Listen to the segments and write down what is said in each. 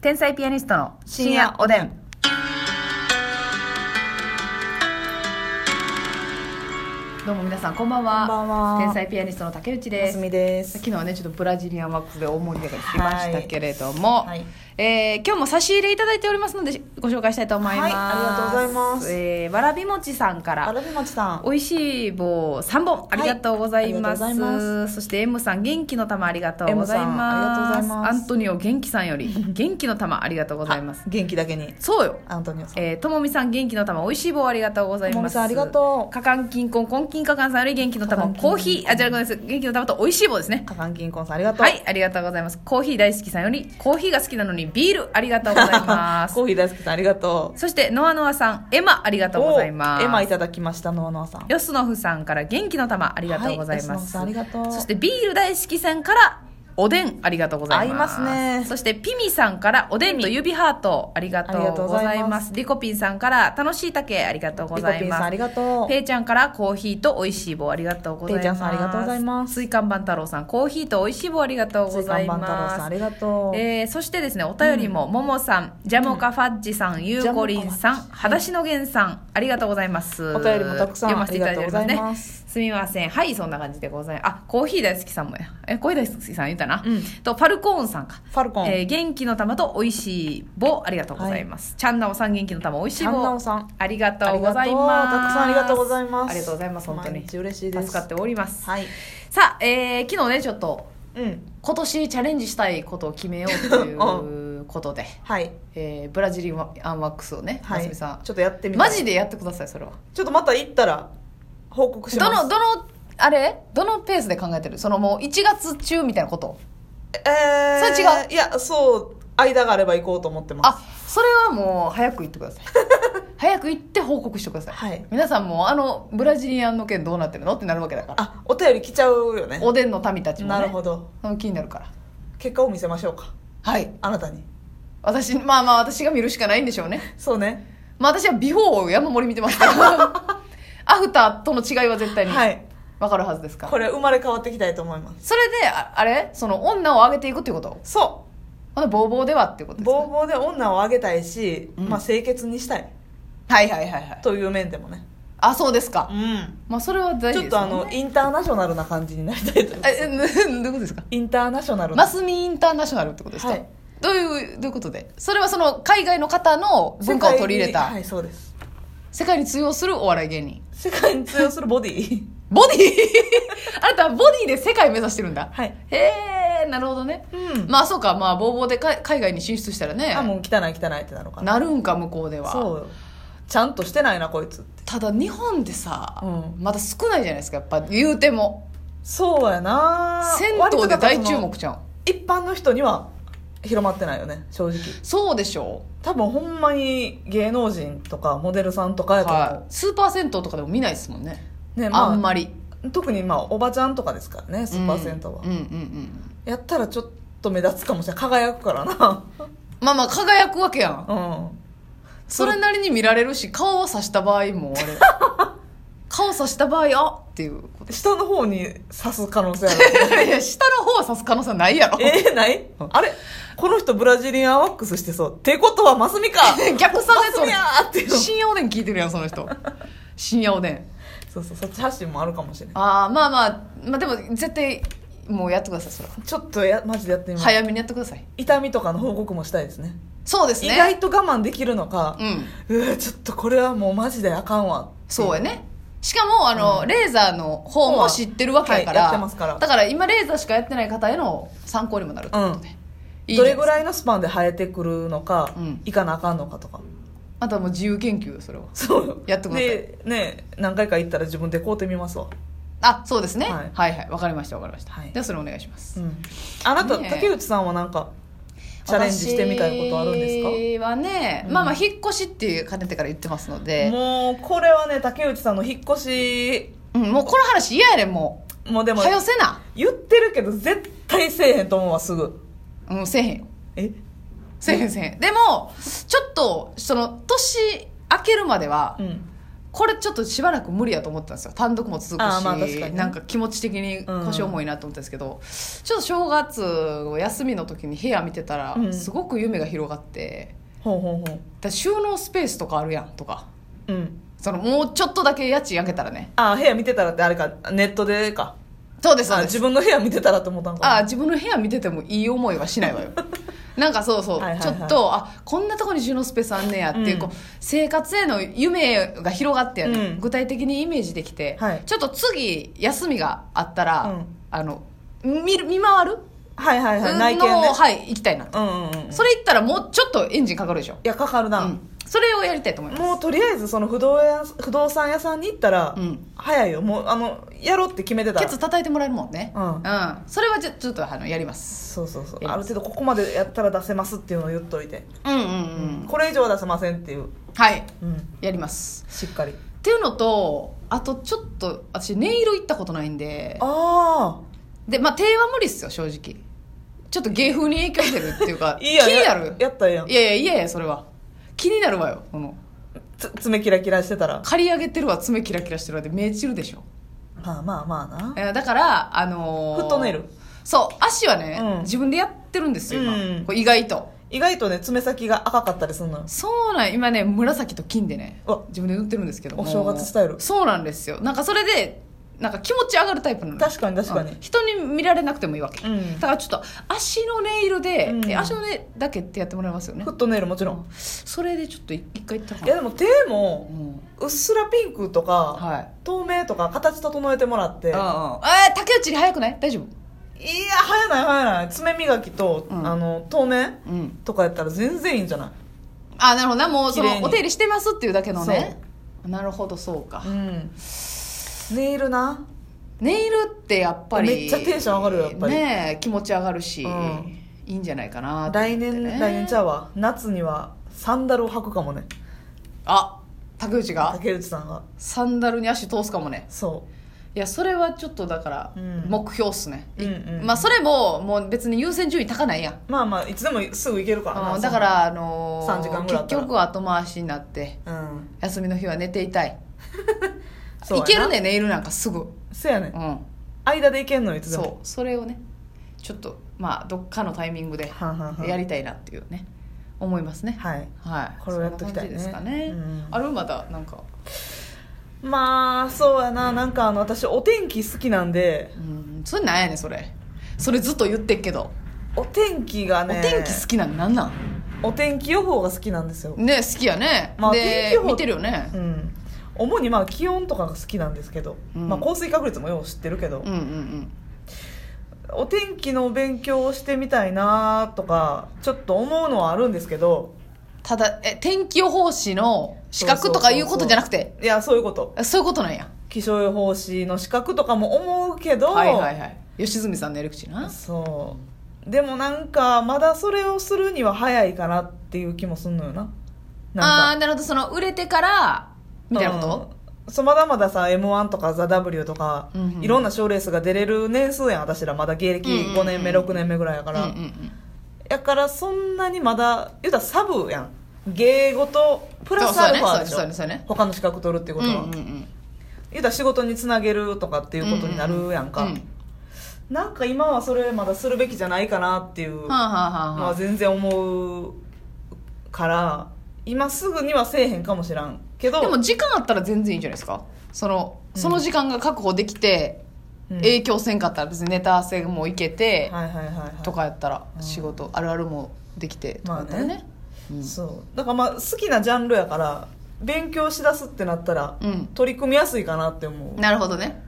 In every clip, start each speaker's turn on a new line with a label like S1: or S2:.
S1: 天才ピアニストの深夜おでん。どうも皆さんこんばんは。
S2: こんばんは
S1: 天才ピアニストの竹内
S2: お
S1: ですす。
S2: みです
S1: 昨日はねちょっとブラジリアンワックスで大盛り上がりしましたけれど
S2: は
S1: も、
S2: いはい
S1: えー今日も差し入れいただいておりますのでご紹介したいと思います、
S2: はいありがとうございます
S1: えーわらびもちさんか
S2: あ
S1: ら
S2: らびもちさん
S1: 美味しい棒三本ありがとうございます,、
S2: はいありがとうございま
S1: そして M さん元気の玉ありがとうござい
S2: M さんありがとうご
S1: ま
S2: ざ
S1: す
S2: います
S1: アントニオ元気さんよ り元気の玉ありがとうございます
S2: あ元気だけに
S1: そうよ
S2: アントニオさん
S1: えーともみさん元気の玉美味しい棒ありがとうございます
S2: ともみさんありがとう
S1: かかんきんこんこんきんかかんさんより元気の玉
S2: かかんきん
S1: コーヒーあじゃあごめんなさい元気の玉と美味しい棒ですね
S2: カカンキンコンさんありがとう
S1: は い、ありがとうございます。コーヒー大好きさんより、コーヒーが好きなのにビールありがとうございます
S2: コ。ーヒー大好きさんありがとう
S1: そして、ノアノアさん、エマありがとうございます。
S2: おエマいただきましたノアノアさん
S1: ヨスノフさんから元気の玉ありがとうござい
S2: は
S1: ま
S2: ヨスノフ
S1: す。
S2: さんありがとう
S1: そして、ビール大好きさんから、おでんありがとうございます。
S2: 合いますね
S1: そして、ピミさんから、おでんと指ハートありがとうござ
S2: ありがとうござ
S1: い
S2: い
S1: ま。
S2: ますす
S1: リコピンさんから、楽しい竹ありがとうござい
S2: リコピン
S1: ま
S2: さん
S1: す。
S2: ありがとう
S1: ペイちゃんから、コーヒーと美味しい棒ありがとうございます。
S2: ペイちゃんさんありがとうございます
S1: 水看板太郎さん、コーヒーと美味しい棒ありがとうござい
S2: バン太郎
S1: ま
S2: さ
S1: す
S2: んあ。りがとう
S1: えーそしてですねお便りも、ももさんジャモカファッジさん、ゆうこりんさん
S2: ジャモカ
S1: 裸足のげんさんありがとうございます
S2: お便りもたくさん
S1: 読ませていただいております
S2: あ
S1: ね
S2: りがとうございます
S1: すみませんはいそんな感じでございますあコーヒー大好きさんもやえコーヒー大好きさん言ったな、
S2: うん
S1: とファルコーンさんか
S2: ファルコン
S1: えー元気の玉と美味しい棒ありがとうございます、チャンナオさん元気の玉美味しい
S2: チャンナ
S1: 棒
S2: オさん
S1: ありがとうございます
S2: ありがとうたくさんありがとうございます
S1: ありがとうございます本当に
S2: 毎日嬉しいです
S1: 助かっております、
S2: はい
S1: さあ、えー昨日ねちょっと
S2: うん
S1: 今年チャレンジしたいことを決めようということ で、
S2: はい
S1: えーブラジリアンワックスをね、
S2: は
S1: ます
S2: い
S1: みさん
S2: ちょっとやってみま
S1: マ
S2: す
S1: ジでやってくださいそれは
S2: ちょっとまた行ったら報告しま
S1: ど
S2: す
S1: のどのあれどのペースで考えてるそのもう1月中みたいなこと
S2: えー、
S1: それ違
S2: ういやそう間があれば行こうと思ってます
S1: あそれはもう早く言ってく ださい早く行って報告してください、
S2: はい
S1: 皆さんもあのブラジリアンの件どうなってるのってなるわけだから
S2: あお便り来ちゃうよね
S1: おでんの民たちも、ね、
S2: なるほど
S1: ど気になるから
S2: 結果を見せましょうか
S1: はい
S2: あなたに
S1: 私まあまあ私が見るしかないんでしょうね
S2: そうね
S1: まあ私はビフォーを山盛り見てますから アフターとの違いは絶対に
S2: はい
S1: わかるはずですから、
S2: これ生まれ変わっていきたいと思います
S1: それでああれその女を上げていくっていうこと
S2: そ
S1: あのボーボーではっていうこと
S2: う
S1: ですか
S2: ボーボーで女をあげたいし、
S1: うん
S2: まあ清潔にしたい
S1: はいはいはいはい
S2: という面でもね
S1: あそうです
S2: う
S1: か、
S2: ん
S1: まあそれは大事
S2: ちょ
S1: で
S2: っ
S1: す
S2: と
S1: よ
S2: あ
S1: ね
S2: のインターナショナルな感じになりたいと
S1: え えどういうことですか
S2: インターナショナルな
S1: マスミインターナショナルってことですか、
S2: はい
S1: どういうどういうことでそれはその海外の方の文化を取り入れた世
S2: 世界に
S1: 界,、
S2: はいそうです
S1: に通用するお笑い芸人
S2: 世界に通用するボデ ィ
S1: ボディあなたはボディで世界目指してるんだ
S2: はい
S1: へえなるほどね
S2: うん
S1: まあそうかまあボーボーでか海外に進出したらね
S2: あもう汚い汚いってなるかな
S1: なるんか向こうでは
S2: そうよちゃんとしてないなこいつって
S1: ただ日本でさ、
S2: うん
S1: まだ少ないじゃないですかやっぱ言うても
S2: そうやな
S1: 銭
S2: 割
S1: 湯
S2: と
S1: で
S2: だから
S1: 大
S2: その
S1: 注目じゃん
S2: 一般の人には広まってないよね正直
S1: そうでしょ
S2: 多分ほんまに芸能人とかモデルさんとかやと思う、
S1: はいスーパー銭湯とかでも見ないですもんね、
S2: ねまあ、
S1: あんまり
S2: 特にまあおばちゃんとかですからねスーパー銭湯は、
S1: うんうんうんうん
S2: やったらちょっと目立つかもしれない輝くから な
S1: まあまあ輝くわけやん
S2: うん
S1: それなりに見られるし顔をさした場合もあれ 顔さした場合あっていうこ
S2: 下の方に刺す可能性 ある
S1: といや下の方はさす可能性はないやろ
S2: えー、ないあれこの人ブラジリアンワックスしてそうってことはマスミか
S1: 逆さ
S2: マスミやーって
S1: で
S2: いう
S1: それ深夜おでん聞いてるやんその人深夜おでん
S2: そうそうそっち発信もあるかもしれない
S1: ああまあまあまあでも絶対もうやってくださいそれは
S2: ちょっとやマジでやってみます、
S1: 早めにやってください
S2: 痛みとかの報告もしたいですね
S1: そうです
S2: 意
S1: ね
S2: 外と我慢できるのか
S1: う、ん
S2: うわちょっとこれはもうマジであかんわ
S1: そうやねしかもあの、レーザーの方も知ってるわけやから,、
S2: はいやってますから
S1: だから今レーザーしかやってない方への参考にもなるってことで、
S2: う
S1: いい
S2: どれぐ
S1: い
S2: らいのスパンで生えてくるのか、
S1: うん
S2: いかなあかんのかとか
S1: あとはもう自由研究よそれは
S2: そうよ
S1: やってください
S2: でね何回か行ったら自分で買うてみますわ、
S1: あそうですね、は
S2: はいい、
S1: はいわかりましたわかりました、
S2: はい
S1: ではそれお願いします
S2: うん、あなた、
S1: ねえ
S2: 竹内さんは何かチャレンジしてみたいことあるんで
S1: 私
S2: す
S1: はね、
S2: うん
S1: まあまあ引っ越しっていうかねてから言ってますの
S2: か
S1: で
S2: もうこれはね竹内さんの引っ越し
S1: うん、もうこの話嫌やねんも
S2: もで
S1: う
S2: も
S1: はよせな
S2: 言ってるけど絶対せえへんと思うわすぐ
S1: うんせえへんよ
S2: え
S1: せえへんせえへんでもちょっとその年明けるまでは
S2: うん
S1: これちょっとしばらく無理やと思ったんですよ単独も続く
S2: あ
S1: し、
S2: ーまあ確かにね
S1: なんか気持ち的に腰重いなと思ったんですけど、ちょっと正月を休みの時に部屋見てたら、
S2: うん
S1: すごく夢が広がって
S2: ほうほうほう
S1: だから収納スペースとかあるやんとか
S2: うん
S1: そのもうちょっとだけ家賃上げたらね
S2: あ部屋見てたらってあれかネットでか
S1: そうですそう
S2: あ
S1: です
S2: 自分の部屋見てたらと思ったんかな
S1: ああ自分の部屋見ててもいい思いはしない わよなんかそうそう、
S2: はいはいはい
S1: ちょっとあこんなとこに収納スペースあんねやっていう,、
S2: うん
S1: こう生活への夢が広がってやね、
S2: うん
S1: 具体的にイメージできて、
S2: はい
S1: ちょっと次休みがあったら、
S2: うん
S1: あの見る見回る
S2: はいはいはい内見
S1: の
S2: ね
S1: はい行きたいなと、
S2: うんうんうんい
S1: それ行ったらもうちょっとエンジンかかるでしょ、
S2: やかかる
S1: う
S2: な、
S1: ん、それをやりたいと思います
S2: もうとりあえずその不動や不動産屋さんに行ったら、
S1: うん
S2: 早いよもうあのやろうって決めてた
S1: ケ
S2: ら
S1: ツ叩いてもらえるもんね
S2: うん
S1: それはちょちょっとあのやります
S2: そうそうそ
S1: や
S2: う
S1: ります
S2: ある程度ここまでやったら出せますっていうのを言っといて、
S1: うんうんうん
S2: これ以上は出せませんっていう、
S1: はい
S2: うん、
S1: やります
S2: しっかり
S1: っていうのとあとちょっと私ネイル行ったことないんで
S2: あ
S1: でまあ手は無理っすよ正直ちょっと芸風に影響してるっていうか
S2: あいいやん
S1: 気にな
S2: や
S1: る
S2: やったらええやん
S1: いやいやいやいやそれは気になるわよこの
S2: つ爪キラキラしてたら
S1: 刈り上げてるわ爪キラキラしてるわで目散るでしょ
S2: まあまあまあな
S1: えーだからあのー
S2: フットネイル
S1: そう足はね、
S2: うん
S1: 自分でやってるんですよ今、
S2: うん
S1: これ意外と
S2: 意外とね爪先が赤かったりするのよ
S1: そうなん今ね紫と金でね
S2: うわ
S1: 自分で塗ってるんですけども
S2: お正月スタイル
S1: そうなんですよなんかそれでなんか気持ち上がるタイプなの
S2: 確かに確かに
S1: うん人に見られなくてもいいわけ、
S2: うん
S1: だからちょっと足のネイルで、
S2: うん
S1: え足のねだけってやってもらえますよね
S2: フットネイルもちろん
S1: それでちょっと一一回行ったか
S2: い
S1: な
S2: やでも手
S1: う
S2: も
S1: ん
S2: うっすらピンクとか
S1: はい
S2: 透明とか形整えてもらってい
S1: うんうん
S2: や
S1: えー竹内に早くない大丈夫
S2: 早ない早ない爪磨きと
S1: うん
S2: あの透明
S1: うん
S2: とかやったら全然いいんじゃない
S1: あなるほどなもうそ
S2: 綺麗
S1: の
S2: に
S1: お手入れしてますっていうだけのねなるほどそうか、
S2: うんネイルな
S1: ネイルってやっぱり
S2: めっちゃテンション上がるよやっぱり
S1: ねえ気持ち上がるし、
S2: うん
S1: いいんじゃないかなと思って
S2: 来年
S1: ね
S2: 来年ちゃうわ夏にはサンダルを履くかもね
S1: あ竹内が
S2: 竹内さんが
S1: サンダルに足通すかもね
S2: そ
S1: いやそれはちょっとだから
S2: うん
S1: 目標っすね、
S2: ううんうん
S1: まあそれももう別に優先順位高ないやん
S2: まあまあいつでもすぐ行けるからな
S1: うんだから、あのー
S2: 3時間ぐらいあっ
S1: 結
S2: たら
S1: 局は後回しになって
S2: そんなうん
S1: 休みの日は寝ていたい
S2: そう
S1: い
S2: や
S1: ける
S2: な
S1: ねネイルなんかすぐ
S2: せやねん
S1: うん
S2: 間で行けんのいつでも
S1: そうそれをねちょっとまあどっかのタイミングで
S2: はんはんはん
S1: やりたいなっていうね思いますね
S2: はい
S1: はい
S2: これをやっときたいね
S1: そんな感じですかね、
S2: うん
S1: あるまだなんか、
S2: まあそうやななんかあの私お天気好きなんで
S1: うん、それなんやねんそれそれずっと言ってっけど、
S2: お天気がね
S1: お天気好きなんなんなん
S2: お天気予報が好きなんですよ、
S1: ね好きやね、
S2: まあ天気
S1: で
S2: 予報
S1: 見てるよね
S2: う、ん、主にまあ気温とかが好きなんですけど、
S1: うん
S2: まあ、降水確率もよう知ってるけど、
S1: うん、うんうん
S2: お天気の勉強をしてみたいなとかちょっと思うのはあるんですけど
S1: ただえ天気予報士の資格とかいうことじゃなくて
S2: いやそういうこと
S1: そういうことなんや
S2: 気象予報士の資格とかも思うけど、
S1: はいはいはい吉住さんのやり口な
S2: そうでもなんかまだそれをするには早いかなっていう気もすんのよな
S1: ああ
S2: なんか
S1: ーなるほどその売れてからみたいなこと、
S2: うんそうまだまださ m 1とか「THEW」とか、
S1: うんうん
S2: いろんな賞レースが出れる年数やん私らまだ芸歴
S1: うんうんうん
S2: 5年目、6年目ぐらいやから、
S1: うんうんうん
S2: やからそんなにまだ言うたらサブやん芸事プラスアルファでし
S1: そ
S2: ょ
S1: うそうねそうねそうね
S2: 他の資格取るってことは、
S1: うんうんうん
S2: 言うたら仕事につなげるとかっていうことになるやんか、
S1: うんうん
S2: なんか今はそれまだするべきじゃないかなっていう
S1: うんはあはあはあ
S2: ま
S1: は
S2: あ、
S1: あ
S2: 全然思うから今すぐにはせえへんかもしらんけど
S1: でも時間あったら全然いいんじゃないですかそのその時間が確保できて、
S2: うん
S1: 影響せんかったら別にネタ合わせもいけて、
S2: はいはいはいはい
S1: とかやったら仕事、あるあるもできてとかやったらね,、うん
S2: そうだからまあ好きなジャンルやから勉強しだすってなったら、
S1: うん
S2: 取り組みやすいかなって思う
S1: なるほどね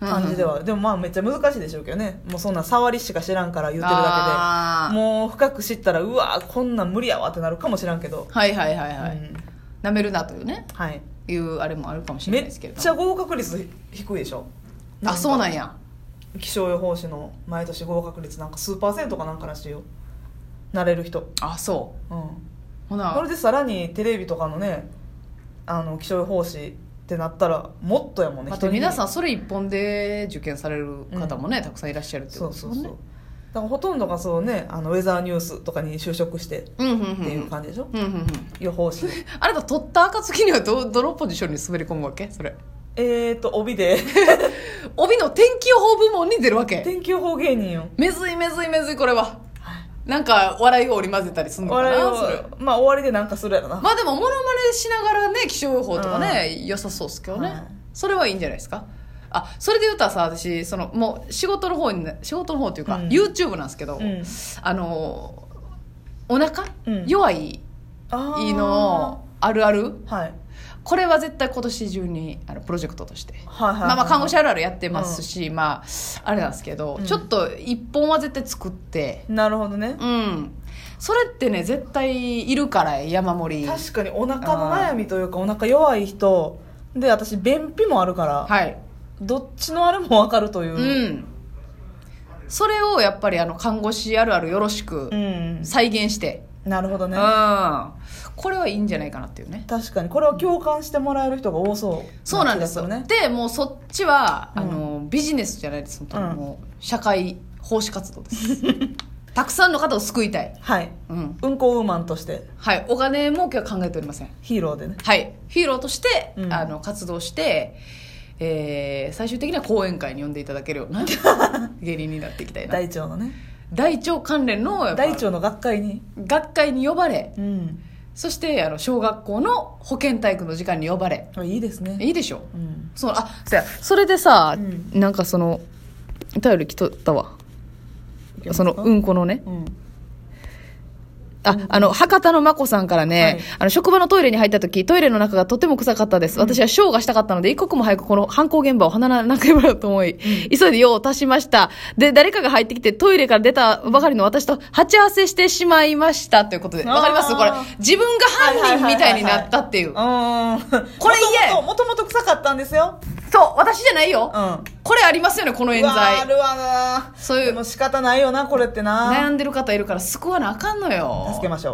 S2: 感じで
S1: は
S2: は、でもまあめっちゃ難しいでしょうけどねもうそんな触りしか知らんから言ってるだけ
S1: あ
S2: で
S1: ー
S2: もう深く知ったらうわこんなん無理やわってなるかもしらんけど、
S1: はいはいはいはい、
S2: うん
S1: なめるなというね
S2: はい、
S1: いうあれもあるかもしれ
S2: め
S1: ないで
S2: っ
S1: すけれど
S2: ちゃ合格率低いでしょ
S1: あそうなん
S2: や
S1: や
S2: 気象予報士の毎年合格率なんか数パーセントかなんからしいよなれる人
S1: あそ
S2: うん
S1: うほ
S2: こ
S1: な
S2: れでさらにテレビとかのねあの気象予報士ってなったらもっとやもんね
S1: あと皆さ
S2: ん
S1: んそれ一本で受験される方もね、たくさんいらっしゃるってこ
S2: そう
S1: とです
S2: そ
S1: も
S2: うん
S1: ね
S2: そうだからほとんどがそうねあのウェザーニュースとかに就職してっ
S1: うんうんうん
S2: て
S1: うん
S2: いう感じでしょ、
S1: うんうんうん
S2: 予報士
S1: あなた取った暁にはどどのポジションに滑り込むわけそれ
S2: えーと 帯で
S1: 帯の天気予報部門に出るわけ
S2: 天気予報芸人よ
S1: めずいめずいめずいこれはなんか笑いを織り交ぜたりするのか
S2: 笑い
S1: な
S2: を
S1: それ
S2: まあ終わりでなんかするやろな、
S1: まあでもモノマネしながらね気象予報とかね、良さそうですけどね、
S2: はい
S1: それはいいんじゃないですかあそれで言うたらさ私そのもう仕事の方にね仕事の方っていうか、
S2: うん
S1: YouTube なんですけど、
S2: うん
S1: あのお腹、
S2: うん
S1: 弱い
S2: あー
S1: のあるある
S2: はい
S1: これは絶対今年中にあのプロジェクトとして、
S2: はいはいはい
S1: まあまあ看護師あるあるやってますし、まああれなんですけど、
S2: うん
S1: ちょっと一本は絶対作って
S2: なるほどね、
S1: うんそれってね絶対いるから山盛り
S2: 確かにお腹の悩みというかお腹弱い人で私便秘もあるから、
S1: はい
S2: どっちのあれも分かるというう、
S1: んそれをやっぱりあの看護師あるあるよろしく
S2: うん
S1: 再現して、
S2: なるほど
S1: うん
S2: ね
S1: これはいいんじゃないかなっていうね
S2: 確かにこれは共感してもらえる人が多そう
S1: そうなんですよ、
S2: 気がるね
S1: でもうそっちは、
S2: うん
S1: あのビジネスじゃないです本当に
S2: うん
S1: もう社会奉仕活動です たくさんの方を救いたい、
S2: はい
S1: うん
S2: うんこウーマンとして
S1: はい、お金儲けは考えておりません
S2: ヒーローでね
S1: はいヒーローとして、
S2: うん
S1: あの活動してえー最終的には講演会に呼んでいただけるよう な芸人になっていきたいな
S2: 大腸のね
S1: 大腸関連のやっぱ
S2: 大腸の学会に
S1: 学会に呼ばれ
S2: うん
S1: そしてあの小学校の保健体育の時間に呼ばれ
S2: いいですね
S1: いいでしょ
S2: うん
S1: そうあそやそれでさ、
S2: うん
S1: なんかそのお便り来とったわそのうんんこのね
S2: うん
S1: ああの博多のまこさんからね、
S2: はい
S1: あの職場のトイレに入った時トイレの中がとても臭かったです、私はショーがしたかったので一刻も早くこの犯行現場を離れなければと思い、急いで用を足しましたで誰かが入ってきてトイレから出たばかりの私と鉢合わせしてしまいましたということで
S2: あー
S1: わかりますこれ自分が犯人みたいになったっていう、 こ
S2: こ
S1: れ言え
S2: もともと臭かったんですよ
S1: そう私じゃないよ、
S2: うん
S1: これありますよねこの冤
S2: うわあ
S1: 罪
S2: るわな
S1: そういう
S2: でも仕方ないよなこれってな
S1: 悩んでる方いるから救わなあかんのよ
S2: 助けましょう